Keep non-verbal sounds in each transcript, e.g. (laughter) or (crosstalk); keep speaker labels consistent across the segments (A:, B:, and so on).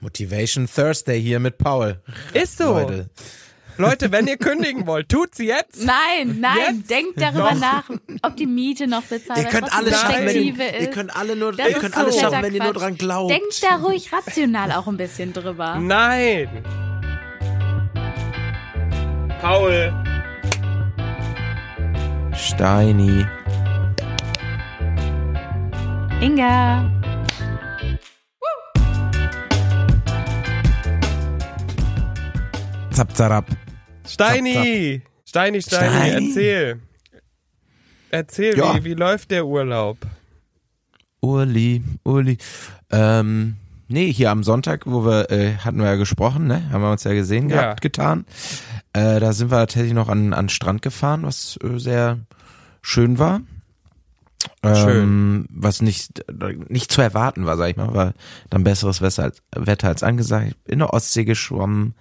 A: Motivation Thursday hier mit Paul.
B: Ist so.
A: Leute.
B: Leute, wenn ihr kündigen wollt, tut's jetzt.
C: Nein, nein,
B: Jetzt
C: denkt darüber
B: noch.
C: nach, ob die Miete noch bezahlt
A: Ihr
C: wird,
A: könnt
C: was
A: alles
C: die
A: schaffen, wenn
C: Perspektive
A: ihr,
C: ist.
A: ihr könnt alle nur,
C: Das
A: ihr könnt
C: ist
A: alles
C: kompletter
A: schaffen, wenn ihr nur
C: Quatsch.
A: dran glaubt.
C: Denkt da ruhig rational auch ein bisschen drüber.
B: Nein. Paul.
A: Steini.
C: Inga.
A: Zap, zarab.
B: Steini. Steini, Steini,
A: Steini.
B: erzähl. Erzähl,
A: Ja.
B: wie, wie läuft der Urlaub?
A: Urli, Urli. Ähm, nee, hier am Sonntag, wo wir, äh, hatten wir ja gesprochen, ne? Haben wir uns ja gesehen
B: Ja.
A: gehabt, getan. Äh, da sind wir tatsächlich noch an, an den Strand gefahren, was äh, sehr schön war. Ähm, was nicht, nicht zu erwarten war, sag ich mal, war dann besseres Wetter als, Wetter als angesagt. In der Ostsee geschwommen,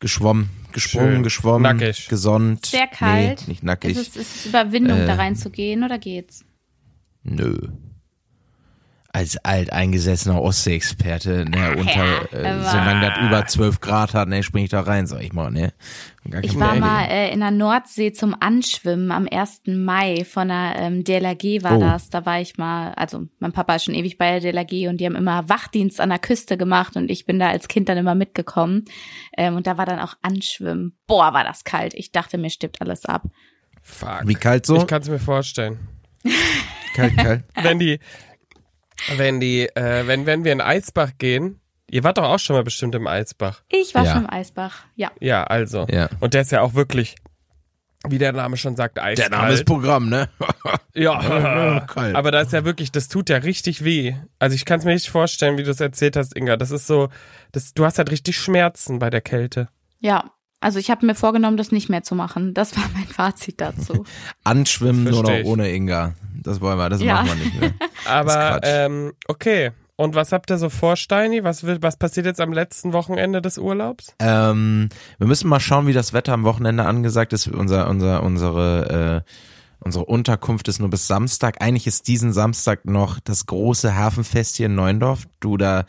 A: geschwommen, gesprungen,
B: Schön.
A: geschwommen,
B: Nackig.
A: gesonnt.
C: Sehr kalt.
A: Nee, nicht
C: Ist
A: nackig.
C: es, ist es Überwindung,
A: äh,
C: da reinzugehen oder geht's?
A: Nö. Als alteingesessener Ostsee-Experte,
C: Ah,
A: ne, unter, äh,
C: aber-
A: solange das über 12 Grad hat, ne, spring ich da rein, sag ich mal, ne. Gar kein
C: Ich war
A: Problem.
C: mal äh, in der Nordsee zum Anschwimmen am 1. Mai von der ähm, DLRG war
A: Oh.
C: das. Da war ich mal, also mein Papa ist schon ewig bei der DLRG und die haben immer Wachdienst an der Küste gemacht und ich bin da als Kind dann immer mitgekommen. Ähm, und da war dann auch Anschwimmen. Boah, war das kalt. Ich dachte, mir stirbt alles ab.
B: Fuck.
A: Wie kalt so?
B: Ich kann's mir vorstellen.
A: Kalt,
C: (laughs)
A: kalt.
B: Wenn die, wenn die, äh, wenn, wenn wir in Eisbach gehen, ihr wart doch auch schon mal bestimmt im Eisbach.
C: Ich war
A: Ja.
C: schon im Eisbach. Ja.
B: Ja, also.
A: Ja.
B: Und der ist ja auch wirklich, wie der Name schon sagt,
A: Der
B: eiskalt.
A: Name ist Programm,
B: (laughs)
A: ne? (laughs)
B: Ja,
A: Kalt.
B: aber das ist ja wirklich, das tut ja richtig weh. Also ich kann es mir nicht vorstellen, wie du es erzählt hast, Inga. Das ist so, das, du hast halt richtig Schmerzen bei der Kälte.
C: Ja. Also ich habe mir vorgenommen, das nicht mehr zu machen. Das war mein Fazit
A: (laughs)
C: dazu.
A: Anschwimmen nur
B: Versteh
A: noch
B: ich.
A: ohne Inga. Das wollen wir, das
C: Ja.
A: machen wir nicht ne. mehr.
B: Aber
A: Quatsch.
B: ähm, okay. Und was habt ihr so vor, Steini? Was, wird, was passiert jetzt am letzten Wochenende des Urlaubs?
A: Ähm, wir müssen mal schauen, wie das Wetter am Wochenende angesagt ist. Unser, unser, unsere, äh, unsere Unterkunft ist nur bis Samstag. Eigentlich ist diesen Samstag noch das große Hafenfest hier in Neuendorf. Du da,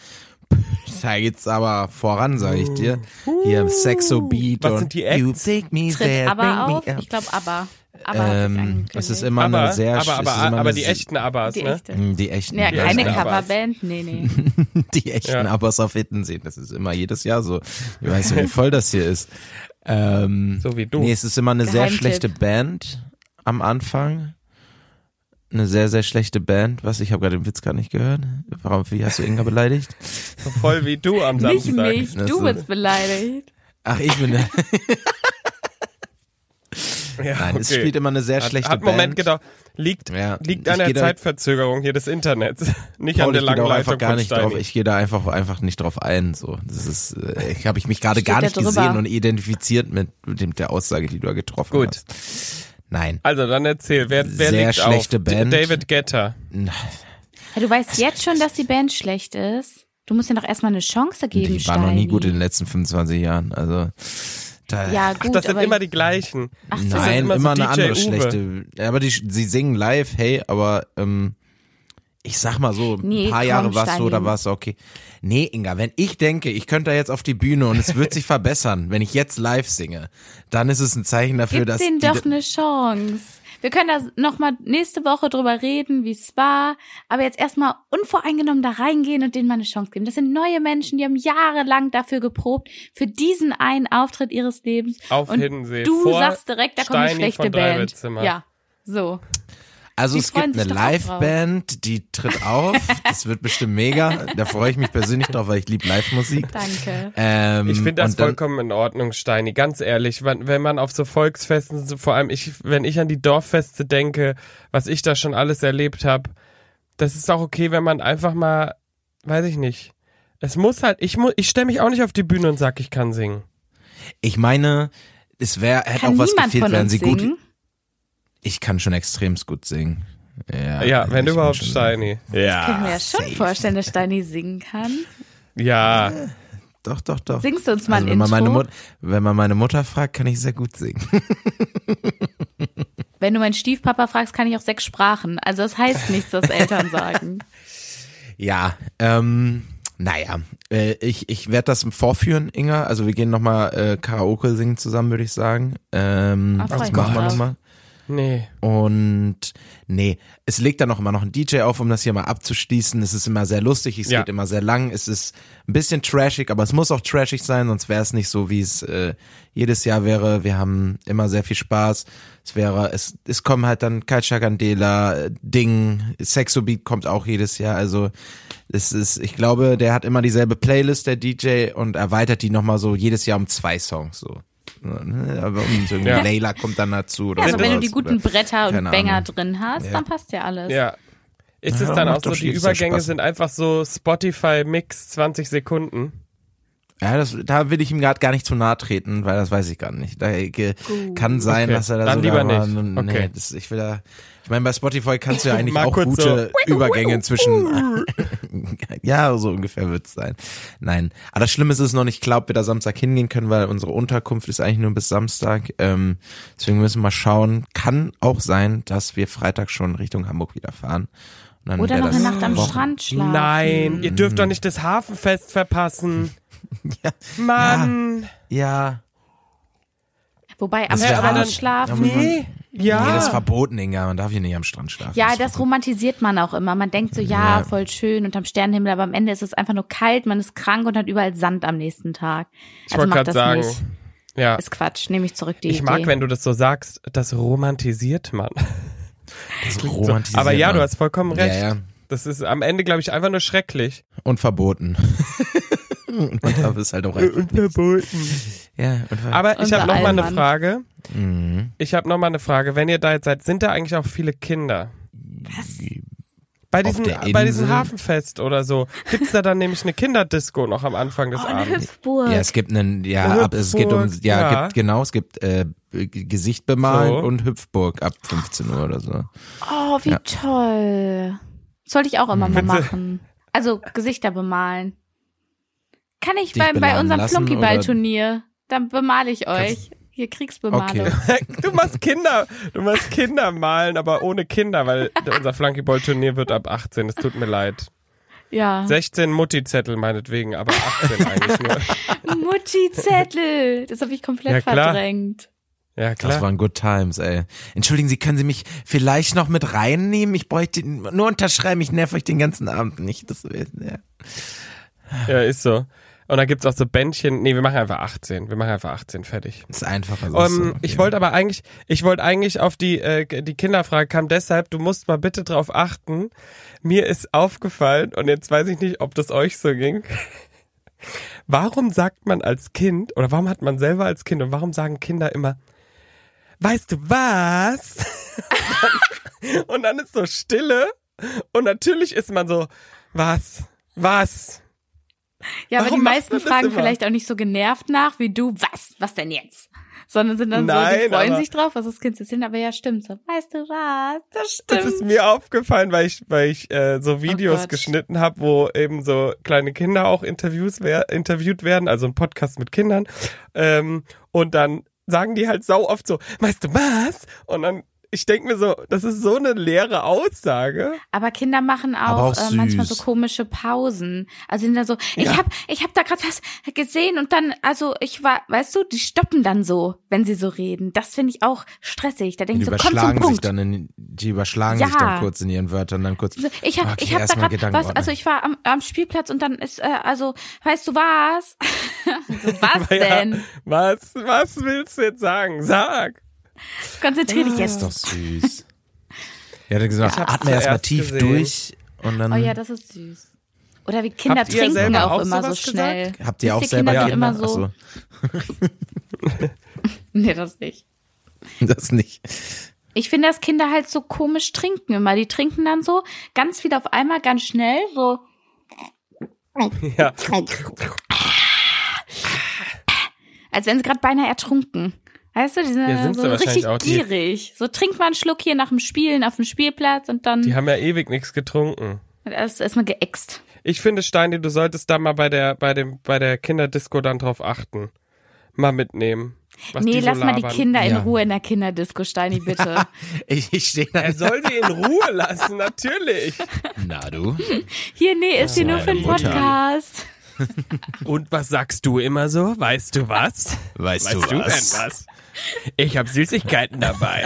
A: (laughs) da geht's aber voran, sag ich dir. Hier im Sexo Beat
B: Uh. Was
A: und
B: sind die Acts?
A: You take me
C: Tritt
A: there, bring
C: aber
A: me
C: auf.
A: up.
C: Ich glaube, aber. Aber hat sich
A: ähm,
C: angekündigt.
A: es ist immer
B: aber,
A: eine sehr,
B: aber,
A: es ist
B: aber,
A: immer
B: aber
A: eine
B: die
A: se-
B: echten Abas,
C: die
B: ne?
C: echte.
A: Mm, die echten,
C: Ja,
A: die
C: keine
A: echten.
B: Abas.
C: Coverband, nee, nee.
A: (laughs) die echten
B: Ja.
A: Abbas auf Hittensee. Das ist immer jedes Jahr so. Ich weiß nicht, wie voll das hier ist. Ähm,
B: So wie du.
A: Nee, es ist immer eine sehr
C: Geheimtipp.
A: schlechte Band am Anfang. Eine sehr, sehr schlechte Band. Was? Ich habe gerade den Witz gar nicht gehört. Warum, wie hast du Inga beleidigt?
B: So voll wie du am
C: (laughs) Nicht
B: Samstag.
C: mich,
A: Das
C: du
A: ist-
C: wirst beleidigt.
A: Ach, ich bin
B: (laughs)
A: der.
B: Ja,
A: Nein, es
B: okay.
A: spielt immer eine sehr
B: Hat-
A: schlechte
B: Hat einen Moment
A: Band.
B: gedauert. Liegt,
A: Ja,
B: liegt
A: ich
B: an der
A: geh da-
B: Zeitverzögerung hier des Internets. (laughs) Nicht an
A: Paul,
B: der
A: ich gehe da
B: langen
A: auch
B: Leitung
A: einfach gar
B: von
A: nicht
B: Steini.
A: drauf. Ich gehe da einfach, einfach nicht drauf ein. So, das ist, äh, ich habe ich mich gerade
C: Steht
A: gar
C: da
A: nicht
C: drüber.
A: gesehen und identifiziert mit, dem, der Aussage, die du da getroffen
B: Gut.
A: hast. Nein.
B: Also dann erzähl, wer, wer
A: Sehr
B: liegt
A: schlechte
B: auf? D-
A: Band.
B: David Getter.
C: Ja, du weißt jetzt schon, dass die Band schlecht ist. Du musst ja doch erstmal eine Chance geben,
A: Die war noch nie
C: Steini.
A: gut in den letzten 25 Jahren. Also da,
C: Ja, gut,
B: Ach, das sind
C: aber
B: immer die gleichen.
C: Ach also- so.
A: nein,
B: immer
A: immer,
B: so
A: eine
B: DJ
A: andere
B: Uwe.
A: schlechte. Ja, Aber die, sie singen live, hey, aber ähm, ich sag mal so, ein
C: Nee,
A: paar
C: komm,
A: Jahre warst du
C: Steini.
A: oder warst du okay. Nee, Inga, wenn ich denke, ich könnte da jetzt auf die Bühne und es wird sich (laughs) verbessern, wenn ich jetzt live singe, dann ist es ein Zeichen dafür,
C: gib
A: dass
C: denen
A: die,
C: doch ne-, eine Chance. Wir können da nochmal nächste Woche drüber reden, wie es war. Aber jetzt erstmal unvoreingenommen da reingehen und denen mal eine Chance geben. Das sind neue Menschen, die haben jahrelang dafür geprobt, für diesen einen Auftritt ihres Lebens.
B: Auf
C: und
B: Hiddensee.
C: du
B: Vor
C: sagst direkt, da kommt eine
B: Steini
C: schlechte
B: von
C: Band.
B: Dreibettzimmer.
C: Ja, so.
A: Also
C: Die
A: es gibt
C: freuen
A: eine
C: sich doch auch drauf.
A: Liveband, die tritt auf. Das wird bestimmt mega. Da freue ich mich persönlich drauf, weil ich liebe Live-Musik.
C: Danke.
A: Ähm,
B: Ich finde das
A: und dann-
B: vollkommen in Ordnung, Steini. Ganz ehrlich, wenn, wenn man auf so Volksfesten, so vor allem ich, wenn ich an die Dorffeste denke, was ich da schon alles erlebt habe, das ist auch okay, wenn man einfach mal, weiß ich nicht. Es muss halt, ich muss, ich stelle mich auch nicht auf die Bühne und sag, ich kann singen.
A: Ich meine, es wäre hätte
C: Kann
A: auch was
C: niemand
A: gefehlt,
C: von
A: wenn
C: uns
A: sie
C: singen?
A: gut. Ich kann schon extremst gut singen. Ah, Ja,
B: Ja, wenn
A: ich
B: du überhaupt,
A: kann schon-
B: Steini.
C: Ich kann mir ja
A: Ja,
C: schon
A: Ah, safe.
C: vorstellen, dass Steini singen kann.
B: Ja,
C: Äh.
A: Doch, doch, doch.
C: Singst du uns mal
A: also,
C: ein
A: wenn man,
C: Intro?
A: meine Mut, wenn man meine Mutter fragt, kann ich sehr gut singen.
C: Wenn du meinen Stiefpapa fragst, kann ich auch sechs
A: (laughs)
C: Sprachen. Also das heißt nichts, was Eltern sagen.
A: ja, ähm, Naja, äh, ich, ich werde das vorführen, Inga. Also wir gehen nochmal äh, Karaoke singen zusammen, würde ich sagen. Ähm,
C: Ah,
A: das
C: freut
A: machen wir
C: mich
A: nochmal.
B: Nee.
A: Und nee, es legt dann auch immer noch ein DJ auf, um das hier mal abzuschließen. Es ist immer sehr lustig, es
B: Ja.
A: geht immer sehr lang, es ist ein bisschen trashig, aber es muss auch trashig sein, sonst wäre es nicht so, wie es äh, jedes Jahr wäre. Wir haben immer sehr viel Spaß. Es wäre, es, es kommen halt dann Kalchagandela, Ding, Sexobeat kommt auch jedes Jahr. Also es ist, ich glaube, der hat immer dieselbe Playlist, der DJ, und erweitert die nochmal so jedes Jahr um zwei Songs so. Ne, Aber um irgendwie
B: Ja.
A: Layla kommt dann dazu. Oder
C: Ja, also wenn du
A: sowas,
C: die guten
A: oder-
C: Bretter und
A: Keine
C: Banger
A: Ahnung.
C: drin hast,
A: Ja.
C: dann passt ja alles.
B: Ja. Ist es
A: Ja,
B: dann auch
A: macht
B: so,
A: doch
B: die
A: jedes Jahr
B: Übergänge
A: Spaß.
B: sind einfach so Spotify-Mix 20 Sekunden.
A: Ja, das, da will ich ihm gerade gar nicht zu nahe treten, weil das weiß ich gar nicht. Da äh, kann sein,
B: Okay,
A: dass er da
B: dann
A: sogar
B: lieber
A: mal-
B: nicht.
A: Nee,
B: Okay.
A: das, ich will da. Ich meine, bei Spotify kannst du
B: (laughs)
A: ja eigentlich
B: Mal
A: auch
B: kurz
A: gute Übergänge zwischen. (laughs) ja, so ungefähr wird's sein. Nein. Aber das Schlimme ist, es ist noch nicht klar, ob wir da Samstag hingehen können, weil unsere Unterkunft ist eigentlich nur bis Samstag. Ähm, deswegen müssen wir mal schauen. Kann auch sein, dass wir Freitag schon Richtung Hamburg wieder fahren. Und dann
C: Oder
A: wär
C: noch eine
A: das
C: Nacht am
A: Wochen-
C: Strand schlafen.
B: Nein, ihr dürft doch nicht das Hafenfest verpassen.
A: Mm. (laughs) Ja.
B: Mann.
A: Ja.
C: Wobei am
A: Das wär
C: Strand
A: hart. Da
C: schlafen.
A: muss man-
B: Nee. Ja.
A: Nee, das ist
C: Also
A: verboten, Inga. Man darf hier nicht am Strand schlafen.
C: Ja, das romantisiert man auch immer. Man denkt so, ja,
A: Ja.
C: voll schön unterm Sternenhimmel, aber am Ende ist es einfach nur kalt, man ist krank und hat überall Sand am nächsten Tag. Also,
B: ich wollte gerade sagen. Ja.
C: Ist Quatsch, nehme ich zurück die
B: Ich
C: Idee.
B: mag, wenn du das so sagst, das romantisiert man.
A: Das
B: klingt so. Aber ja, du hast vollkommen recht.
A: Ja, ja.
B: Das ist am Ende, glaube ich, einfach nur schrecklich.
A: Und
B: (laughs)
A: verboten. und man darf es halt auch einfach.
B: verboten.
A: Ja, und ver-
B: Aber ich
C: Unser
B: habe noch mal eine
C: Allmann.
B: Frage.
A: Mhm.
B: Ich habe noch mal eine Frage. Wenn ihr da jetzt seid, sind da eigentlich auch viele Kinder? Bei
A: Auf
B: diesem,
A: der
B: bei diesem
A: Insel?
B: Hafenfest oder so. Gibt's da dann nämlich eine Kinderdisco noch am Anfang des
C: Oh, eine
B: Abends?
C: Hüpfburg.
A: Ja, es gibt einen, ja, ab, es geht um,
B: Hüpfburg,
A: ja,
B: ja.
A: Gibt, genau, es gibt äh, G- Gesicht bemalen
B: So.
A: und Hüpfburg ab 15 Uhr oder so.
C: Oh, wie toll. Sollte ich auch immer mal
B: Bitte.
C: machen. Also Gesichter bemalen. Kann ich
A: Dich
C: bei, bei
A: beladen
C: unserem
A: lassen,
C: Flunkyball-Turnier, dann bemale ich euch. Hier Kriegsbemalung.
A: Okay.
B: (laughs) Du machst Kinder, du machst Kinder malen, aber ohne Kinder, weil unser Flunkyball-Turnier wird ab 18. Es tut mir leid. (laughs)
C: Ja.
B: 16 Mutti-Zettel meinetwegen, aber 18 eigentlich nur.
C: Mutti-Zettel. Das habe ich
B: Ja,
C: komplett
B: klar.
C: verdrängt.
B: Ja,
A: Das
B: klar.
A: waren good times, ey. Entschuldigen Sie, können Sie mich vielleicht noch mit reinnehmen? Ich bräuchte nur unterschreiben, ich nerv euch den ganzen Abend nicht. Das, ja.
B: Ja, ist so. Und dann gibt's auch so Bändchen. Nee, wir machen einfach 18. Wir machen einfach 18 fertig.
A: ist einfacher. so Also ist
B: Ähm,
A: so, okay.
B: Ich wollte aber eigentlich, ich wollte eigentlich auf die, äh, die Kinderfrage kam deshalb, du musst mal bitte drauf achten. Mir ist aufgefallen, und jetzt weiß ich nicht, ob das euch so ging. (laughs) Warum sagt man als Kind, oder warum hat man selber als Kind, und warum sagen Kinder immer, weißt du was? (laughs) und dann ist so Stille, und natürlich ist man so, was? Was?
C: Ja, aber
B: Warum
C: die
B: macht
C: meisten
B: man das
C: fragen
B: immer?
C: vielleicht auch nicht so genervt nach wie du, was? Was denn jetzt? Sondern sind dann so, die
B: Nein,
C: freuen
B: aber-
C: sich drauf, was das Kind jetzt hin, aber ja, stimmt. So, weißt du was? Das
B: Das
C: stimmt.
B: ist mir aufgefallen, weil ich, weil ich äh, so Videos
C: Oh Gott.
B: geschnitten habe, wo eben so kleine Kinder auch Interviews wer interviewt werden, also ein Podcast mit Kindern. Ähm, und dann sagen die halt sau oft so, weißt du was? Und dann, ich denke mir so, das ist so eine leere Aussage.
C: Aber Kinder machen
A: Aber
C: auch,
A: auch
C: äh, manchmal so
A: süß.
C: komische Pausen. Also sind da so, ich
B: Ja.
C: hab, ich hab da gerade was gesehen und dann, also ich war, weißt du, die stoppen dann so, wenn sie so reden. Das finde ich auch stressig. Da denke
A: Die
C: ich so, komm zum
A: überschlagen sich
C: Punkt.
A: dann in, die überschlagen sich
C: Ja.
A: dann kurz in ihren Wörtern, dann kurz.
C: So, Ich habe
A: Okay,
C: ich hab da
A: erstmal
C: gerade
A: Gedanken
C: was,
A: ordnen.
C: also ich war am, am Spielplatz und dann ist, äh, also, weißt du was? (laughs) so, was
B: Ja,
C: denn?
B: was, was willst du jetzt sagen? Sag! (laughs)
C: Konzentrier dich
A: Ist
C: jetzt.
A: doch (laughs) süß. ja, dann Oh. gesagt,
B: hab's
A: atme erstmal
B: zuerst
A: tief
B: gesehen.
A: durch und dann
C: Oh ja, das ist süß. Oder wie Kinder
B: Habt ihr
C: trinken
B: selber
C: auch,
B: auch
C: immer so
B: sowas
C: schnell.
A: habt ihr
C: Wisst
A: auch selber
C: Kinder,
A: Kinder?
C: sind immer so. (laughs) Nee, das nicht.
A: Achso, das nicht.
C: Ich finde, dass Kinder halt so komisch trinken immer. Die trinken dann so ganz viel auf einmal, ganz schnell, so.
B: Ja.
C: Als wären sie gerade beinahe ertrunken. Weißt du, die sind,
B: Ja, sind sie
C: so
B: wahrscheinlich
C: richtig
B: auch, die-
C: gierig. So trinkt man einen Schluck hier nach dem Spielen auf dem Spielplatz und dann
B: Die haben ja ewig nichts getrunken.
C: wird alles erstmal geäxt.
B: Ich finde, Steini, du solltest da mal bei der, bei dem, bei der Kinderdisco dann drauf achten. mal mitnehmen. was
C: nee,
B: die so
C: lass mal die
B: labern.
C: Kinder in
A: Ja.
C: Ruhe in der Kinderdisco, Steini,
B: (laughs)
C: bitte.
A: Ich, ich stehe da.
B: Er soll sie in Ruhe lassen, natürlich.
A: (laughs) Na du.
C: Hier, nee, ist hier nur
A: meine
C: für den
A: Mutter.
C: Podcast.
B: Und was sagst du immer so? Weißt du was?
A: (laughs) Weißt,
B: Weißt du denn was? Ich habe Süßigkeiten dabei.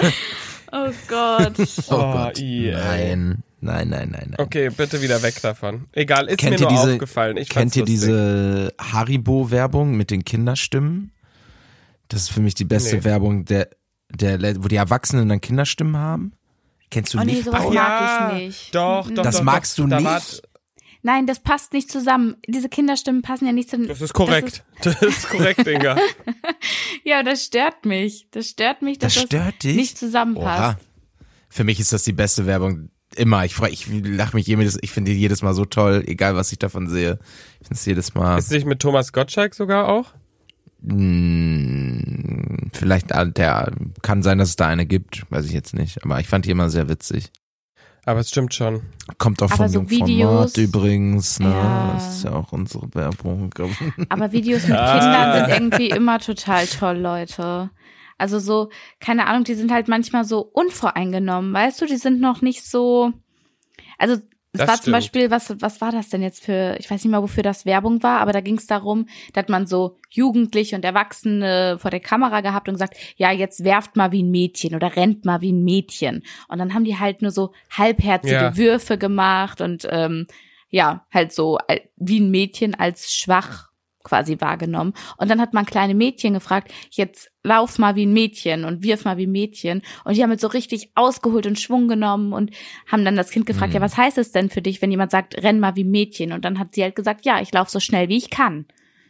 C: Oh
A: (laughs)
C: Gott.
B: (laughs)
A: Oh,
B: Oh,
A: Gott.
B: ih, ey.
A: Nein. Nein, nein, nein, nein.
B: Okay, bitte wieder weg davon. Egal, Oh, ist
A: Kennt
B: mir
A: ihr
B: nur
A: diese,
B: aufgefallen. Ich
A: kennt
B: fand's
A: ihr
B: lustig.
A: diese Haribo-Werbung mit den Kinderstimmen? Das ist für mich die beste
B: Nee.
A: Werbung, der, der, le- wo die Erwachsenen dann Kinderstimmen haben. Kennst du
C: Oh, nee,
A: nicht?
C: sowas-
A: Paul?
C: Das mag ich nicht.
B: Doch, doch,
A: Das
B: doch,
A: magst
B: doch.
A: du
B: Da war-
A: nicht?
C: Nein, das passt nicht zusammen. Diese Kinderstimmen passen ja nicht zum.
B: Das ist korrekt. (laughs) Das ist korrekt, Inga.
C: ja, das stört mich. Das stört mich, dass
A: Das
C: das,
A: stört dich?
C: nicht
A: Oha.
C: zusammenpasst.
A: Für mich ist das die beste Werbung immer. Ich freue, ich lache mich jedes, ich finde die jedes Mal so toll, egal was ich davon sehe. Ich finde es jedes Mal
B: Ist nicht mit Thomas Gottschalk sogar auch?
A: mh, vielleicht ah, der kann sein, dass es da eine gibt, weiß ich jetzt nicht. Aber ich fand die immer sehr witzig.
B: Aber es stimmt schon.
A: Kommt auch
C: Aber
A: von
C: so
A: dem
C: Videos-
A: Format übrigens. Ne?
C: Ja.
A: Das ist ja auch unsere Werbung. (laughs)
C: Aber Videos mit
B: Ah.
C: Kindern sind irgendwie immer total toll, Leute. Also so, keine Ahnung, die sind halt manchmal so unvoreingenommen, weißt du? Die sind noch nicht so. Also es
B: Das
C: war zum
B: stimmt.
C: Beispiel, was, was war das denn jetzt für, ich weiß nicht mal, wofür das Werbung war, aber da ging es darum, da hat man so Jugendliche und Erwachsene vor der Kamera gehabt und gesagt, ja, jetzt werft mal wie ein Mädchen oder rennt mal wie ein Mädchen. Und dann haben die halt nur so halbherzige
B: Ja.
C: Würfe gemacht und ähm, ja, halt so al- wie ein Mädchen als schwach quasi wahrgenommen. Und dann hat man kleine Mädchen gefragt, jetzt lauf mal wie ein Mädchen und wirf mal wie ein Mädchen. Und die haben es so richtig ausgeholt und Schwung genommen und haben dann das Kind gefragt, ja, was heißt es denn für dich, wenn jemand sagt, renn mal wie ein Mädchen? Und dann hat sie halt gesagt, ja, ich lauf so schnell wie ich kann.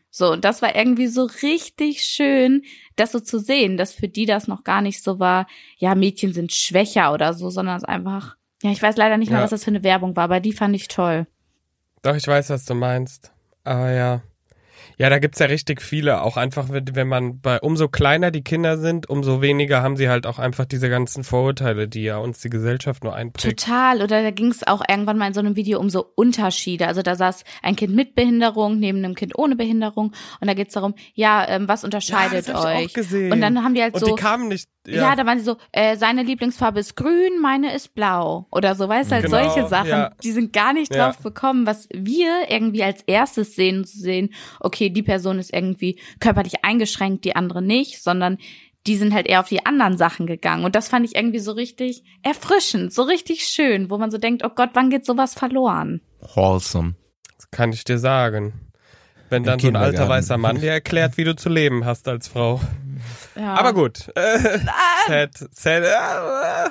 C: So, und das war irgendwie so richtig schön, das so zu sehen, dass für die das noch gar nicht so war, ja, Mädchen sind schwächer oder so, sondern es einfach, ja, ich weiß leider nicht mal,
B: Ja.
C: was das für eine Werbung war, aber die fand ich toll.
B: Doch, ich weiß, was du meinst. Aber ja. Ja, da gibt's ja richtig viele. Auch einfach, wenn wenn man bei, umso kleiner die Kinder sind, umso weniger haben sie halt auch einfach diese ganzen Vorurteile, die ja uns die Gesellschaft nur einprägt.
C: Total, oder da ging es auch irgendwann mal in so einem Video um so Unterschiede. Also da saß ein Kind mit Behinderung neben einem Kind ohne Behinderung und da geht's darum, ja, ähm, was unterscheidet
B: ja, das hab Ich
C: euch?
B: auch gesehen.
C: Und dann haben die halt
B: Und
C: so,
B: die kamen nicht.
C: ja.
B: Ja,
C: da waren sie so, äh, seine Lieblingsfarbe ist grün, meine ist blau. Oder so, weißt du, halt
B: Genau,
C: solche Sachen,
B: ja.
C: die sind gar nicht
B: Ja.
C: drauf gekommen, was wir irgendwie als erstes sehen, zu sehen, okay, die Person ist irgendwie körperlich eingeschränkt, die andere nicht, sondern die sind halt eher auf die anderen Sachen gegangen. Und das fand ich irgendwie so richtig erfrischend, so richtig schön, wo man so denkt, oh Gott, wann geht sowas verloren?
A: Wholesome.
B: das kann ich dir sagen. Wenn dann
A: Im
B: so ein alter
A: Kindergarten.
B: weißer Mann dir erklärt, wie du zu leben hast als Frau.
C: Ja.
B: Aber
C: (laughs)
B: gut. Äh, sad, sad. Äh, äh.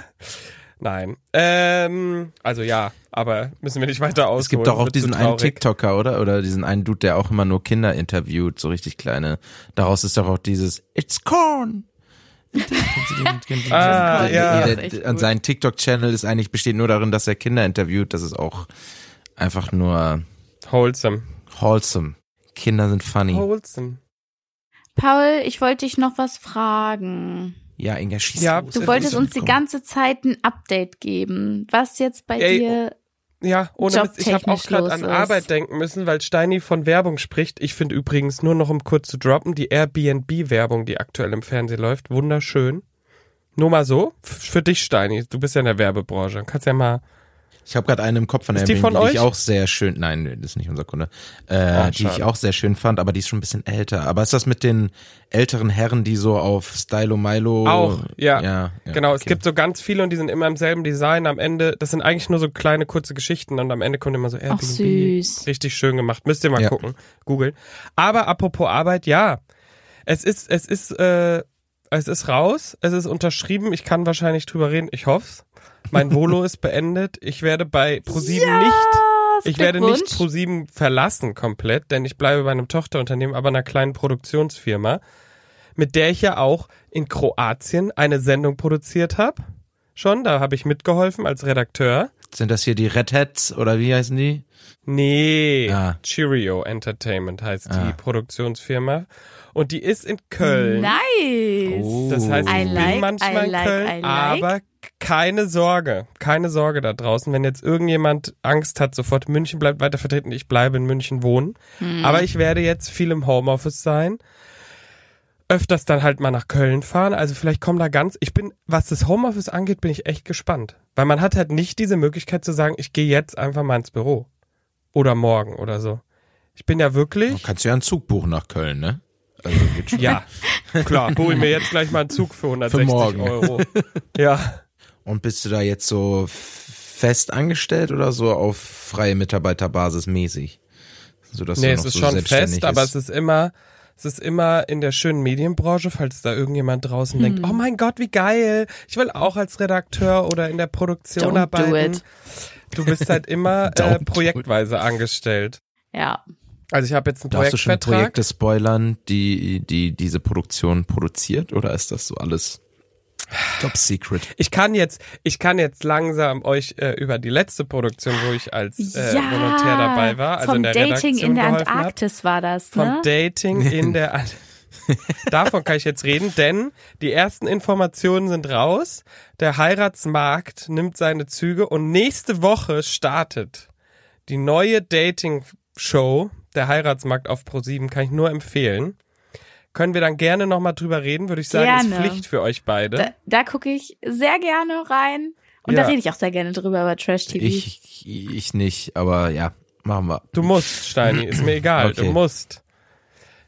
B: Nein. Ähm, also ja, aber müssen wir nicht weiter ausholen.
A: Es gibt doch auch
B: Wird zu
A: diesen einen
B: traurig.
A: TikToker, oder? Oder diesen einen Dude, der auch immer nur Kinder interviewt, so richtig kleine. Daraus ist doch auch dieses It's Corn.
B: Ah, ja.
C: Das ist echt
A: Und
C: gut.
A: sein TikTok-Channel ist eigentlich besteht nur darin, dass er Kinder interviewt. Das ist auch einfach nur
B: Wholesome.
A: wholesome. Kinder sind
B: Oh.
A: funny.
B: Wholesome.
C: Paul, ich wollte dich noch was fragen.
A: Ja, Inga, schieß
B: Ja,
A: los.
C: Du
B: Ist
C: wolltest
B: interessant,
C: uns die ganze Zeit ein Update geben, was jetzt bei
B: Ey,
C: dir
B: Ja, ohne Mist, ich habe auch
C: Jobtechnisch
B: gerade
C: los
B: an
C: ist.
B: Arbeit denken müssen, weil Steini von Werbung spricht. Ich finde übrigens nur noch, um kurz zu droppen, die Airbnb-Werbung, die aktuell im Fernsehen läuft, wunderschön. Nur mal so, f- für dich, Steini, du bist ja in der Werbebranche. Kannst ja mal.
A: Ich habe gerade eine im Kopf von der
B: Ist die
A: Airbnb,
B: von
A: ich
B: euch?
A: auch sehr schön, nein, nee, das ist nicht unser Kunde, äh,
B: Ah,
A: die ich
B: schade.
A: auch sehr schön fand, aber die ist schon ein bisschen älter. Aber ist das mit den älteren Herren, die so auf Stylo Milo?
B: Auch, ja.
A: Oh, ja, ja
B: genau, es
A: okay.
B: gibt so ganz viele und die sind immer im selben Design. Am Ende, das sind eigentlich nur so kleine, kurze Geschichten und am Ende kommt immer so Airbnb.
C: Ach süß.
B: Richtig schön gemacht. Müsst ihr mal
A: Ja.
B: gucken. Googeln. Aber apropos Arbeit, ja. Es ist, es ist, äh, es ist raus. Es ist unterschrieben. Ich kann wahrscheinlich drüber reden. Ich hoff's.
A: (laughs)
B: Mein Volo ist beendet. Ich werde bei ProSieben nicht, ich werde nicht
C: Glückwunsch.
B: ProSieben verlassen komplett, denn ich bleibe bei einem Tochterunternehmen, aber einer kleinen Produktionsfirma, mit der ich ja auch in Kroatien eine Sendung produziert habe. Schon, da habe ich mitgeholfen als Redakteur.
A: Sind das hier die Red Hats oder wie heißen die?
B: Nee,
A: Ah.
B: Cheerio Entertainment heißt
A: Ah.
B: die Produktionsfirma. Und die ist in Köln.
C: Nice.
A: Oh.
B: Das heißt,
C: I
B: ich
C: like,
B: bin manchmal
C: I like,
B: in Köln,
C: I like.
B: aber keine Sorge, keine Sorge da draußen, wenn jetzt irgendjemand Angst hat, sofort München bleibt weiter vertreten,
C: Hm.
B: ich bleibe in München wohnen. Aber ich werde jetzt viel im Homeoffice sein. öfters dann halt mal nach Köln fahren. Also vielleicht kommen da ganz, ich bin, was das Homeoffice angeht, bin ich echt gespannt. Weil man hat halt nicht diese Möglichkeit zu sagen, ich gehe jetzt einfach mal ins Büro. Oder morgen oder so. Ich bin ja
A: Du
B: wirklich,
A: kannst ja einen Zug buchen nach Köln, ne? Also geht schon.
B: (laughs) ja, klar, hol mir jetzt gleich mal einen Zug für 160
A: morgen. (laughs)
B: Euro. Ja,
A: Und bist du da jetzt so f- fest angestellt oder so auf freie Mitarbeiterbasis mäßig? Sodass
B: nee,
A: du
B: es
A: noch
B: ist
A: so
B: schon
A: selbstständig
B: fest, aber
A: ist.
B: es ist immer, es ist immer in der schönen Medienbranche, falls da irgendjemand draußen
C: Hm.
B: denkt, oh mein Gott, wie geil, ich will auch als Redakteur oder in der Produktion
C: Don't do
B: arbeiten.
C: it.
B: Du bist
A: (laughs)
B: halt immer
A: Don't
B: äh,
A: do it.
B: projektweise angestellt.
C: Ja.
B: Also ich habe jetzt einen
A: Darfst du schon
B: Projektvertrag.
A: Projekte spoilern, die, die diese Produktion produziert oder ist das so alles top secret?
B: Ich kann jetzt, ich kann jetzt langsam euch äh, über die letzte Produktion, wo ich als äh,
C: ja.
B: Volontär dabei war, also
C: vom
B: in der
C: Dating
B: Redaktion
C: in der
B: geholfen hab.
C: Antarktis war das,
B: Vom
C: ne?
B: Dating in der An Davon kann ich jetzt reden, denn die ersten Informationen sind raus. Der Heiratsmarkt nimmt seine Züge und nächste Woche startet die neue Dating-Show, der Heiratsmarkt auf Pro7, kann ich nur empfehlen. Können wir dann gerne nochmal drüber reden, würde ich sagen, ist
C: Gerne.
B: Pflicht für euch beide.
C: Da, da gucke ich sehr gerne rein. Und
B: Ja.
C: da rede ich auch sehr gerne drüber über Trash TV.
A: Ich, ich nicht, aber ja, machen wir.
B: Du musst, Steini, ist mir egal, du
A: Okay.
B: musst.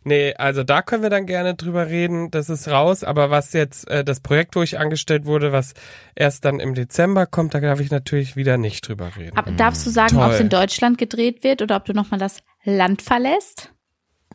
B: Nee, also da können wir dann gerne drüber reden, das ist raus, aber was jetzt äh, das Projekt, wo ich angestellt wurde, was erst dann im Dezember kommt, da darf ich natürlich wieder nicht drüber reden.
C: Aber darfst du sagen, ob es
B: Toll.
C: in Deutschland gedreht wird oder ob du nochmal das Land verlässt?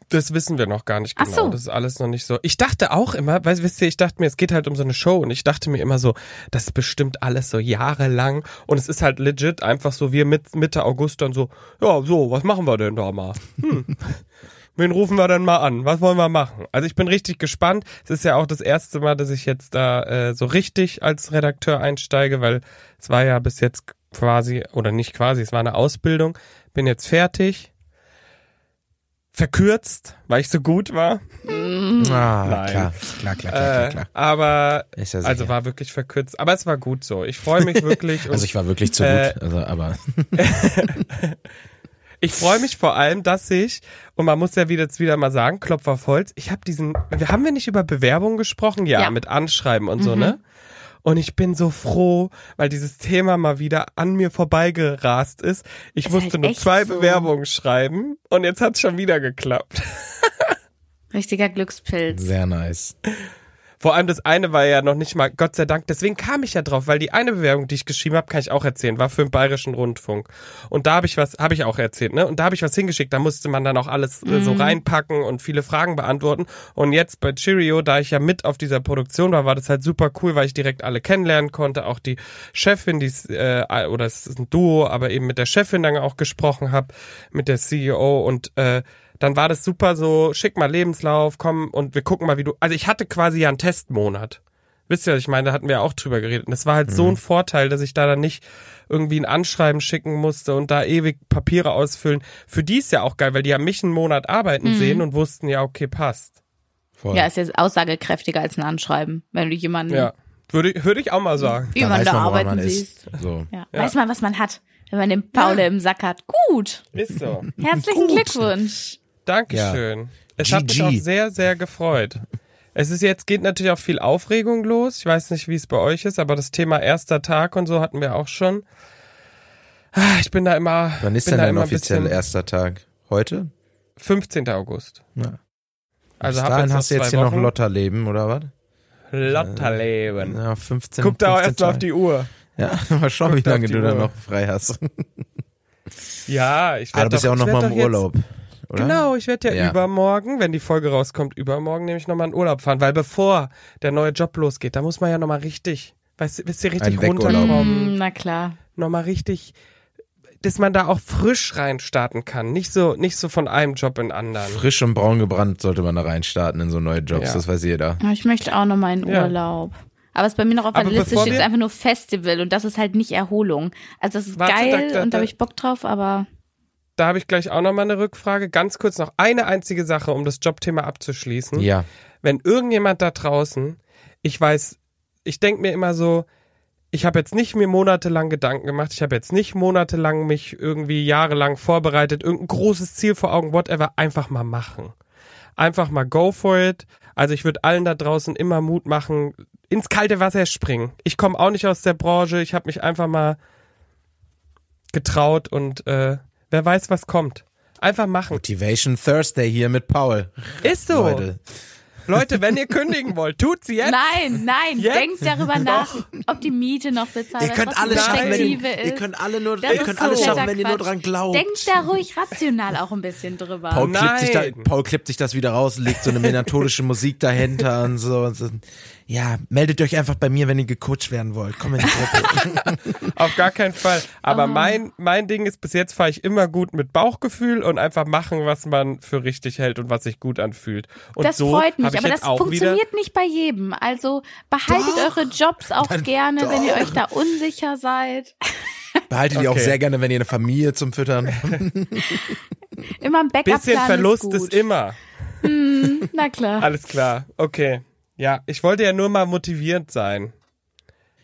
B: Das wissen wir noch gar nicht
C: Ach
B: genau.
C: so.
B: Das ist alles noch nicht so. Ich dachte auch immer, weißt, wisst ihr, ich dachte mir, es geht halt um so eine Show und ich dachte mir immer so, das ist bestimmt alles so jahrelang und es ist halt legit einfach so, wir mit Mitte August dann so, ja, so, was machen wir denn da mal? Hm.
C: (laughs)
B: Wen rufen wir denn mal an? Was wollen wir machen? Also ich bin richtig gespannt. Es ist ja auch das erste Mal, dass ich jetzt da äh, so richtig als Redakteur einsteige, weil es war ja bis jetzt quasi, oder nicht quasi, es war eine Ausbildung. Bin jetzt fertig. Verkürzt, weil ich so gut war.
A: Ah,
B: Nein.
A: klar, klar, klar, klar, klar,
B: Äh,
A: klar.
B: aber
A: Ist ja sicher.
B: also war wirklich verkürzt. Aber es war gut so. Ich freue
A: (laughs)
B: mich wirklich. und
A: Also ich war wirklich zu
B: Äh,
A: gut, also, aber
B: ich freue mich vor allem, dass ich, und man muss ja wieder, jetzt wieder mal sagen, Klopf auf Holz, ich habe diesen, haben wir nicht über Bewerbung gesprochen? Ja,
C: Ja. Mhm.
B: mit Anschreiben und so, ne? Und ich bin so froh, weil dieses Thema mal wieder an mir vorbeigerast ist. Ich
C: Ist
B: musste
C: halt
B: nur
C: echt
B: zwei
C: so.
B: Bewerbungen schreiben und jetzt hat's schon wieder geklappt.
C: Richtiger Glückspilz.
A: sehr nice.
B: Vor allem das eine war ja noch nicht mal, Gott sei Dank, deswegen kam ich ja drauf, weil die eine Bewerbung, die ich geschrieben habe, kann ich auch erzählen, war für den Bayerischen Rundfunk. Und da habe ich was, habe ich auch erzählt, ne? Und da habe ich was hingeschickt, da musste man dann auch alles äh, so reinpacken und viele Fragen beantworten. Und jetzt bei Cheerio, da ich ja mit auf dieser Produktion war, war das halt super cool, weil ich direkt alle kennenlernen konnte, auch die Chefin, die ist, äh, oder es ist ein Duo, aber eben mit der Chefin dann auch gesprochen habe, mit der CEO und äh, dann war das super so, schick mal Lebenslauf, komm und wir gucken mal, wie du. Also ich hatte quasi ja einen Testmonat. Wisst ihr, was ich meine? Da hatten wir auch drüber geredet. Und das war halt so ein Vorteil, dass ich da dann nicht irgendwie ein Anschreiben schicken musste und da ewig Papiere ausfüllen. Für die ist ja auch geil, weil die haben mich einen Monat arbeiten sehen und wussten ja, okay, passt.
A: Voll.
C: Ja, ist jetzt aussagekräftiger als ein Anschreiben, wenn du jemanden,
B: Ja. Würde, ich- würde ich auch mal sagen.
A: Da
C: jemanden
A: weiß
C: da
A: man, woran
C: arbeiten
A: man
C: siehst.
A: ist. So.
C: Ja. Weiß man, was man hat, wenn man den Paul im Sack hat. Gut.
B: Ist so.
C: Herzlichen
A: Gut.
C: Glückwunsch.
B: Dankeschön. Es hat mich
A: GG.
B: auch sehr, sehr gefreut. Es ist jetzt geht natürlich auch viel Aufregung los. Ich weiß nicht, wie es bei euch ist, aber das Thema erster Tag und so hatten wir auch schon. Ah, Ich bin da immer.
A: Wann ist
B: bin
A: denn
B: da
A: dein
B: immer ein
A: offizieller
B: bisschen-
A: erster Tag? Heute?
B: 15. August.
A: Ja.
B: Also
A: Bis
B: hab
A: dahin
B: jetzt
A: hast du jetzt
B: zwei
A: hier noch
B: Wochen.
A: Lotterleben, oder was?
B: Lotterleben.
A: Ja, 15.
B: Guck da auch
A: 15
B: erst mal auf
A: Tage.
B: die Uhr.
A: Ja, (laughs) mal schauen, wie
B: Guck da auf
A: lange
B: die
A: du da
B: Uhr.
A: noch frei hast.
B: Ja, ich
A: Ah,
B: werde
A: du bist ja auch noch mal im Urlaub, oder?
B: Genau, ich werde ja,
A: Ja.
B: übermorgen, wenn die Folge rauskommt, übermorgen nämlich nochmal in Urlaub fahren, weil bevor der neue Job losgeht, da muss man ja nochmal richtig, weißt du, wisst ihr, richtig
A: Ein Wegurlaub.
B: runterkommen.
C: Hm, na klar.
B: nochmal richtig, dass man da auch frisch reinstarten kann. Nicht so, nicht so von einem Job in den anderen.
A: Frisch und braun gebrannt sollte man da reinstarten in so neue Jobs,
B: Ja.
A: das weiß jeder.
C: Aber Ich möchte auch noch mal in
B: Ja.
C: Urlaub. Aber es bei mir noch auf meiner
B: Aber
C: Liste
B: bevor
C: steht
B: wir-
C: einfach nur Festival und das ist halt nicht Erholung. Also das ist
B: Warte,
C: geil
B: da- da-
C: und
B: da-
C: da habe ich Bock drauf, aber
B: Da habe ich gleich auch nochmal eine Rückfrage. Ganz kurz noch eine einzige Sache, um das Jobthema
C: Mhm.
B: abzuschließen.
A: Ja,
B: Wenn irgendjemand da draußen, ich weiß, ich denke mir immer so, ich habe jetzt nicht mir monatelang Gedanken gemacht, ich habe jetzt nicht monatelang mich irgendwie jahrelang vorbereitet, irgendein großes Ziel vor Augen, whatever, einfach mal machen. Einfach mal go for it. Also ich würde allen da draußen immer Mut machen, ins kalte Wasser springen. Ich komme auch nicht aus der Branche. Ich habe mich einfach mal getraut und äh, wer weiß, was kommt. Einfach machen.
A: Motivation Thursday hier mit Paul.
B: Ist so. Leute,
A: Leute.
B: wenn ihr kündigen wollt, tut's jetzt.
C: Nein, nein,
B: Jetzt?
C: denkt darüber nach, ob die Miete noch bezahlt
A: Ihr
C: wird,
A: könnt
C: was
A: alles
C: die
A: schaffen, wenn
C: Perspektive
A: ihr,
C: ist.
A: ihr könnt alle nur,
C: Das
A: ihr
C: ist
A: könnt alles
C: so.
A: schaffen, wenn ihr nur
C: Quatsch.
A: dran glaubt.
C: Denkt da ruhig rational auch ein bisschen drüber.
A: Paul klippt, sich da,
B: Nein.
A: Paul klippt sich das wieder raus, legt so
C: (laughs)
A: eine melancholische Musik dahinter und so, und so. Ja, meldet euch einfach bei mir, wenn ihr gecoacht werden wollt. Komm in die Gruppe.
B: Auf gar keinen Fall.
C: Ah.
B: Aber mein, mein Ding ist, bis jetzt fahre ich immer gut mit Bauchgefühl und einfach machen, was man für richtig hält und was sich gut anfühlt. Und
C: das
B: so
C: freut mich,
B: hab ich
C: aber das
B: jetzt auch wieder,
C: funktioniert nicht bei jedem. Also behaltet eure Jobs auch gerne, wenn ihr euch da unsicher seid.
A: Behaltet die auch
B: Okay.
A: sehr gerne, wenn ihr eine Familie zum Füttern
C: Immer ein Backup-Plan
B: Bisschen Verlust
C: ist,
B: ist,
C: gut.
B: immer.
C: Na klar.
B: Alles klar. Okay. Ja, ich wollte ja nur mal motivierend sein.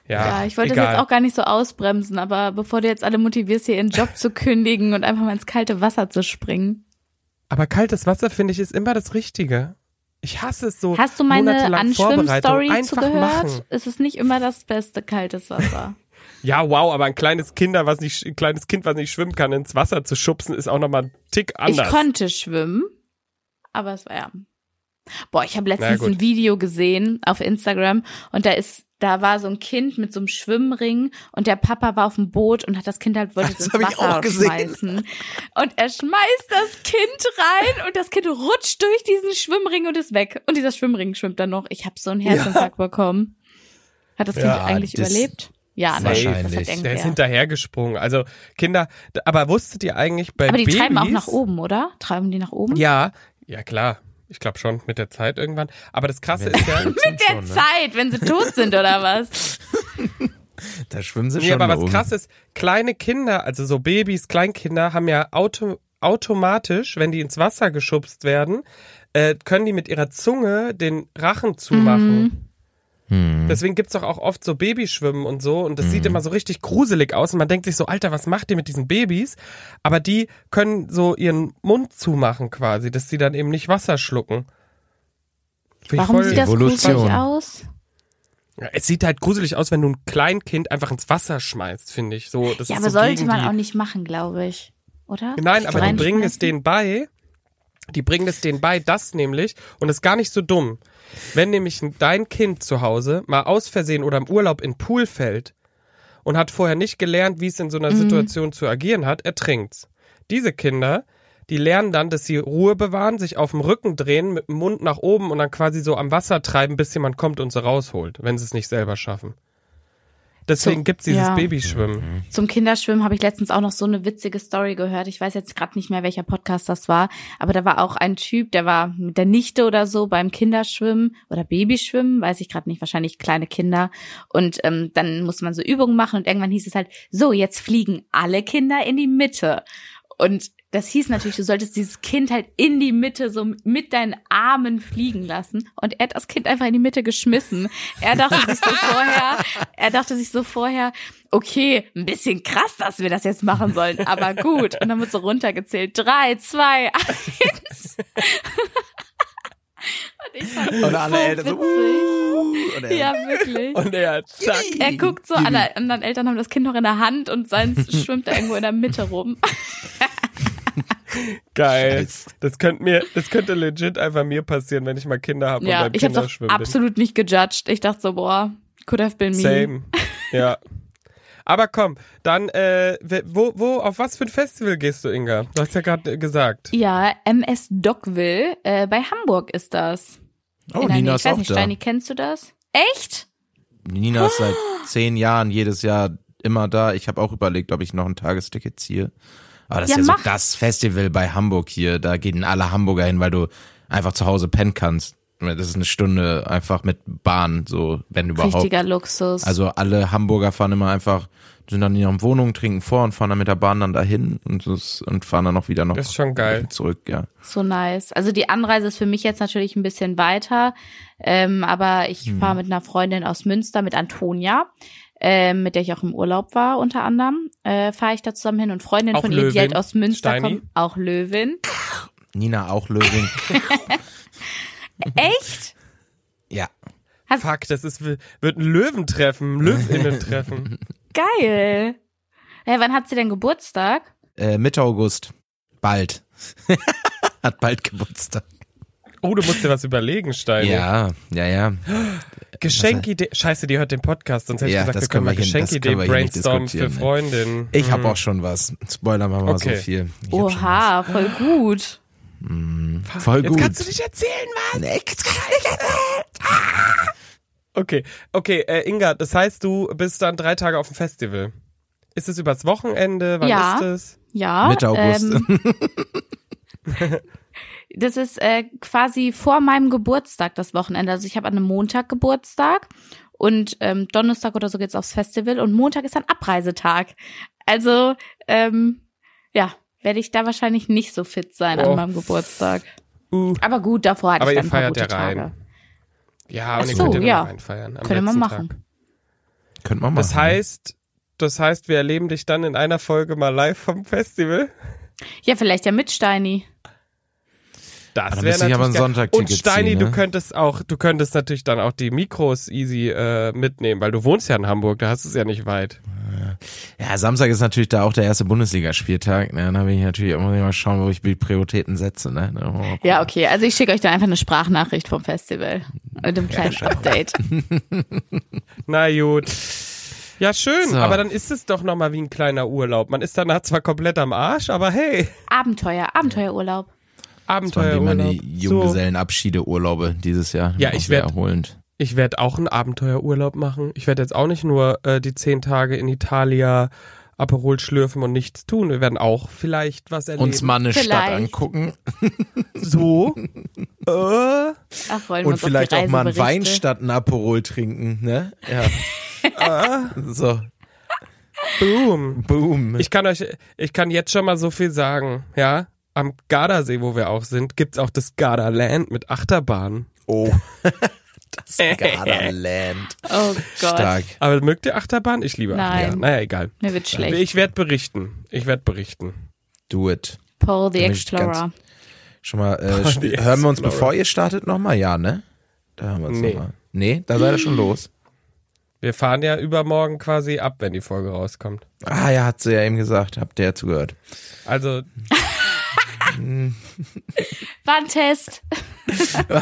B: Ja,
C: Ja, ich wollte das
B: egal.
C: jetzt auch gar nicht so ausbremsen, aber bevor du jetzt alle motivierst, hier ihren Job zu kündigen und einfach mal ins kalte Wasser zu springen.
B: Aber kaltes Wasser, finde ich, ist immer das Richtige. Ich hasse es so.
C: Hast du meine
B: monatelang Vorbereitung.
C: Anschwimm-Story
B: Einfach Machen.
C: zugehört? Es ist nicht immer das beste kaltes Wasser.
B: Ja, wow, aber ein kleines Kinder, was nicht, ein kleines Kind, was nicht schwimmen kann, ins Wasser zu schubsen, ist auch nochmal ein Tick anders.
C: Ich konnte schwimmen, aber es war ja. Boah, ich habe letztens
B: Na gut.
C: ein Video gesehen auf Instagram und da ist, da war so ein Kind mit so einem Schwimmring und der Papa war auf dem Boot und hat das Kind halt wollte es
A: Das
C: ins
A: hab ich
C: Wasser
A: auch gesehen.
C: schmeißen und er schmeißt das Kind rein und das Kind rutscht durch diesen Schwimmring und ist weg und dieser Schwimmring schwimmt dann noch. Ich habe so einen Herzinfarkt bekommen. Hat das Kind
A: Ja,
C: eigentlich
A: das-
C: überlebt? Ja, ne? Das hat
A: Wahrscheinlich.
B: Der ist
C: irgendwer.
B: hinterhergesprungen. Also Kinder, d- aber wusstet ihr eigentlich bei
C: Aber die
B: Babys?
C: treiben auch nach oben, oder? Treiben die nach oben?
B: Ja, ja klar. Ich glaube schon mit der Zeit irgendwann. Aber das Krasse ist ja,
A: Mit
C: Der
B: ne?
C: Zeit, wenn sie tot
B: (laughs)
C: sind oder was?
A: Da schwimmen sie
B: nee,
A: schon
B: aber
A: da
B: was
A: oben.
B: krass ist, kleine Kinder, also so Babys, Kleinkinder, haben ja auto automatisch, wenn die ins Wasser geschubst werden, äh, können die mit ihrer Zunge den Rachen zumachen.
C: Mhm.
A: Hm.
B: Deswegen gibt's doch auch oft so Babyschwimmen und so und das sieht immer so richtig gruselig aus und man denkt sich so, Alter, was macht ihr mit diesen Babys? Aber die können so ihren Mund zumachen quasi, dass sie dann eben nicht Wasser schlucken. Find ich
C: Warum
B: voll-
C: sieht das
A: Evolution.
C: gruselig aus?
B: ja, Es sieht halt gruselig aus, wenn du ein Kleinkind einfach ins Wasser schmeißt, finde ich. So, das
C: ja,
B: ist
C: aber
B: so
C: sollte
B: gegen
C: man
B: die,
C: auch nicht machen, glaube ich. Oder?
B: Nein, aber die
C: Reinschmeißen?
B: bringen es denen bei. Die bringen es denen bei, das nämlich, und das ist gar nicht so dumm. Wenn nämlich dein Kind zu Hause mal aus Versehen oder im Urlaub in den Pool fällt und hat vorher nicht gelernt, wie es in so
C: Mhm.
B: einer Situation zu agieren hat, ertrinkt's. Diese Kinder, die lernen dann, dass sie Ruhe bewahren, sich auf dem Rücken drehen, mit dem Mund nach oben und dann quasi so am Wasser treiben, bis jemand kommt und sie rausholt, wenn sie es nicht selber schaffen. Deswegen
C: So,
B: gibt's dieses
C: ja.
B: Babyschwimmen.
C: Zum Kinderschwimmen habe ich letztens auch noch so eine witzige Story gehört. Ich weiß jetzt gerade nicht mehr, welcher Podcast das war, aber da war auch ein Typ, der war mit der Nichte oder so beim Kinderschwimmen oder Babyschwimmen, weiß ich gerade nicht, wahrscheinlich kleine Kinder. Und ähm, dann musste man so Übungen machen und irgendwann hieß es halt, so, jetzt fliegen alle Kinder in die Mitte. Und das hieß natürlich, du solltest dieses Kind halt in die Mitte so mit deinen Armen fliegen lassen. Und er hat das Kind einfach in die Mitte geschmissen. Er dachte sich so vorher, er dachte sich so vorher, okay, ein bisschen krass, dass wir das jetzt machen sollen, aber gut. Und dann wird so runtergezählt. Drei, zwei, eins. Und ich fand das
A: Und alle
C: so
A: Eltern so,
C: witzig.
A: "Uh", und er-
C: Ja, wirklich.
B: Und er, zack,
C: Er guckt so, alle anderen Eltern haben das Kind noch in der Hand und
A: (laughs)
C: seins schwimmt da irgendwo in der Mitte rum.
B: Geil.
A: Scheiße.
B: Das könnte mir, das könnte legit einfach mir passieren, wenn ich mal Kinder habe und
C: Ja,
B: beim
C: ich habe doch
B: Kinderschwimmen
C: absolut nicht gejudged. Ich dachte so, boah, could have been
B: bin.
C: me.
B: Same. Ja. Aber komm, dann, äh, we- wo, wo, auf was für ein Festival gehst du, Inga? Du hast ja gerade äh, gesagt.
C: Ja, MS Dockville, äh, bei Hamburg ist das.
A: Oh,
C: In der Nähe.
A: Nina
C: Ich
A: ist
C: weiß
A: auch
C: nicht,
A: da.
C: Steini, kennst du das? Echt?
A: Nina ist seit
C: Ah!
A: zehn Jahren jedes Jahr immer da. Ich habe auch überlegt, ob ich noch ein Tagesticket ziehe. Aber das
C: Ja,
A: ist ja
C: mach.
A: so das Festival bei Hamburg hier. Da gehen alle Hamburger hin, weil du einfach zu Hause pennen kannst. Das ist eine Stunde einfach mit Bahn, so wenn überhaupt.
C: Richtiger Luxus.
A: Also alle Hamburger fahren immer einfach, sind dann in ihren Wohnungen, trinken vor und fahren dann mit der Bahn dann dahin und, das, und fahren dann auch wieder noch
B: Das ist schon geil.
A: zurück. Ja.
C: so nice. Also die Anreise ist für mich jetzt natürlich ein bisschen weiter, ähm, aber ich
A: Mhm.
C: fahre mit einer Freundin aus Münster, mit Antonia, ähm, mit der ich auch im Urlaub war unter anderem, äh, fahre ich da zusammen hin und Freundin
B: Auch
C: von ihr, die
B: Löwin,
C: halt aus Münster
B: Steini.
A: (laughs)
C: kommt, auch Löwin.
A: Nina auch Löwing.
B: (laughs)
C: Echt?
A: ja.
B: Fuck, das ist, wird ein Löwentreffen,
A: (laughs)
B: ein Löwinnentreffen.
C: Geil. Ja, wann hat sie denn Geburtstag?
A: Äh, Mitte August. Bald. (laughs) Hat bald Geburtstag.
B: Oh, du musst dir was überlegen, Steini.
A: Ja, ja, ja.
B: Geschenkidee. Scheiße, die hört den Podcast, sonst hätte
A: Ja,
B: ich gesagt,
A: das
B: wir können mal
A: können wir hier- das
B: Geschenkidee
A: können wir hier nicht
B: brainstormen für
A: diskutieren, ne?
B: Freundinnen.
A: Ich habe auch schon was. Spoiler machen wir
B: Mhm. Okay.
A: so viel. Ich hab schon
C: Oha, voll gut.
A: was. Voll
B: Jetzt
A: gut.
B: kannst du nicht erzählen, Mann.
A: Nee, jetzt kann ich nicht erzählen.
B: Okay, okay, äh, Inga, das heißt, du bist dann drei Tage auf dem Festival. Ist es übers Wochenende? Wann
C: Ja.
B: ist es?
C: Ja.
A: Mitte August.
C: Oh,
A: (laughs)
C: Ähm, das ist äh, quasi vor meinem Geburtstag das Wochenende. Also ich habe an einem Montag Geburtstag und ähm, Donnerstag oder so geht's aufs Festival und Montag ist dann Abreisetag. Also ähm, ja, werde ich da wahrscheinlich nicht so fit sein
B: Oh.
C: an meinem Geburtstag.
B: Uh.
C: Aber gut, davor hatte
B: Aber
C: ich dann
B: ihr
C: ein paar
B: feiert
C: gute
B: ja rein.
C: Tage.
B: Ja,
C: Ach
B: und ihr
C: so,
B: könnt ja
C: ja.
B: noch reinfeiern. am
C: Können wir
B: letzten
C: machen.
B: Tag.
A: Könnte man machen. ne?
B: Das heißt, das heißt, wir erleben dich dann in einer Folge mal live vom Festival.
C: Ja, vielleicht ja mit Steini.
A: Aber
B: Das
A: dann
B: wäre
A: müsste ich
B: natürlich
A: aber ein
B: geil. Und
A: Sonntagticket
B: Steini,
A: ziehen,
B: du
A: ne?
B: könntest auch, du könntest natürlich dann auch die Mikros easy äh, mitnehmen, weil du wohnst ja in Hamburg, da hast du es ja nicht weit.
A: Ja, Samstag ist natürlich da auch der erste Bundesligaspieltag. Ne? Dann habe ich natürlich auch mal schauen, wo ich die Prioritäten setze. Ne? Dann wollen wir mal gucken.
C: Ja, okay. Also ich schicke euch dann einfach eine Sprachnachricht vom Festival mit einem kleinen Update.
B: Na gut. Ja, schön,
A: So.
B: aber dann ist es doch nochmal wie ein kleiner Urlaub. Man ist danach zwar komplett am Arsch, aber hey,
C: Abenteuer, Abenteuerurlaub.
A: Waren die meine
B: Abenteuerurlaub. So.
A: Junggesellenabschiede, Urlaube dieses Jahr.
B: Ja,
A: Auch
B: ich
A: sehr
B: werd-
A: erholend.
B: Ich werde auch einen Abenteuerurlaub machen. Ich werde jetzt auch nicht nur äh, die zehn Tage in Italia Aperol schlürfen und nichts tun. Wir werden auch vielleicht was erleben.
A: Uns mal eine Stadt
C: Vielleicht.
A: angucken (laughs)
B: so. äh,
C: Ach, freuen wir
A: und
C: uns auf die
A: vielleicht auch mal einen Wein
C: Reiseberichte.
A: statt ein Aperol trinken. Ne?
C: (laughs)
A: Ja. Ah, so,
B: boom.
A: boom.
B: Ich kann euch, ich kann jetzt schon mal so viel sagen. Ja, am Gardasee, wo wir auch sind, gibt's auch das Gardaland mit Achterbahn. (laughs)
A: oh. das Gardaland.
C: Oh Gott.
A: Stark.
B: Aber mögt ihr Achterbahn? Ich liebe
C: Nein.
B: Achterbahn. Naja, egal.
C: Mir wird schlecht.
B: Ich werde berichten. Ich werde berichten.
A: Do it.
C: Paul the
A: Da bin ich
C: Explorer.
A: Schon mal, äh, sch-
B: die
A: hören wir uns,
B: Explorer.
A: bevor ihr startet, nochmal? Ja, ne? Da haben wir uns
B: Nee.
A: nochmal. Nee, da seid ihr schon los.
B: Wir fahren ja übermorgen quasi ab, wenn die Folge rauskommt.
A: Ah, ja, hat sie ja eben gesagt. Habt ihr ja
B: (laughs)
A: zugehört.
B: Also
C: War ein Test.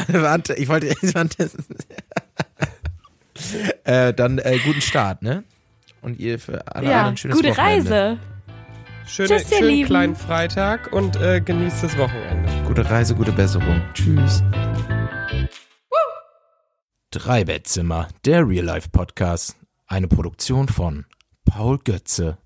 A: Warte, ich wollte (laughs) warte. äh, dann äh, guten Start, ne? Und ihr für alle
C: Ja,
A: anderen ein schönes
C: gute
A: Wochenende.
C: Reise.
B: Schöne,
C: Tschüss, ihr
B: schönen
C: Lieben.
B: kleinen Freitag und äh, genießt das Wochenende.
A: Gute Reise, gute Besserung. Tschüss. Drei Bettzimmer, der Real Life Podcast. Eine Produktion von Paul Götze.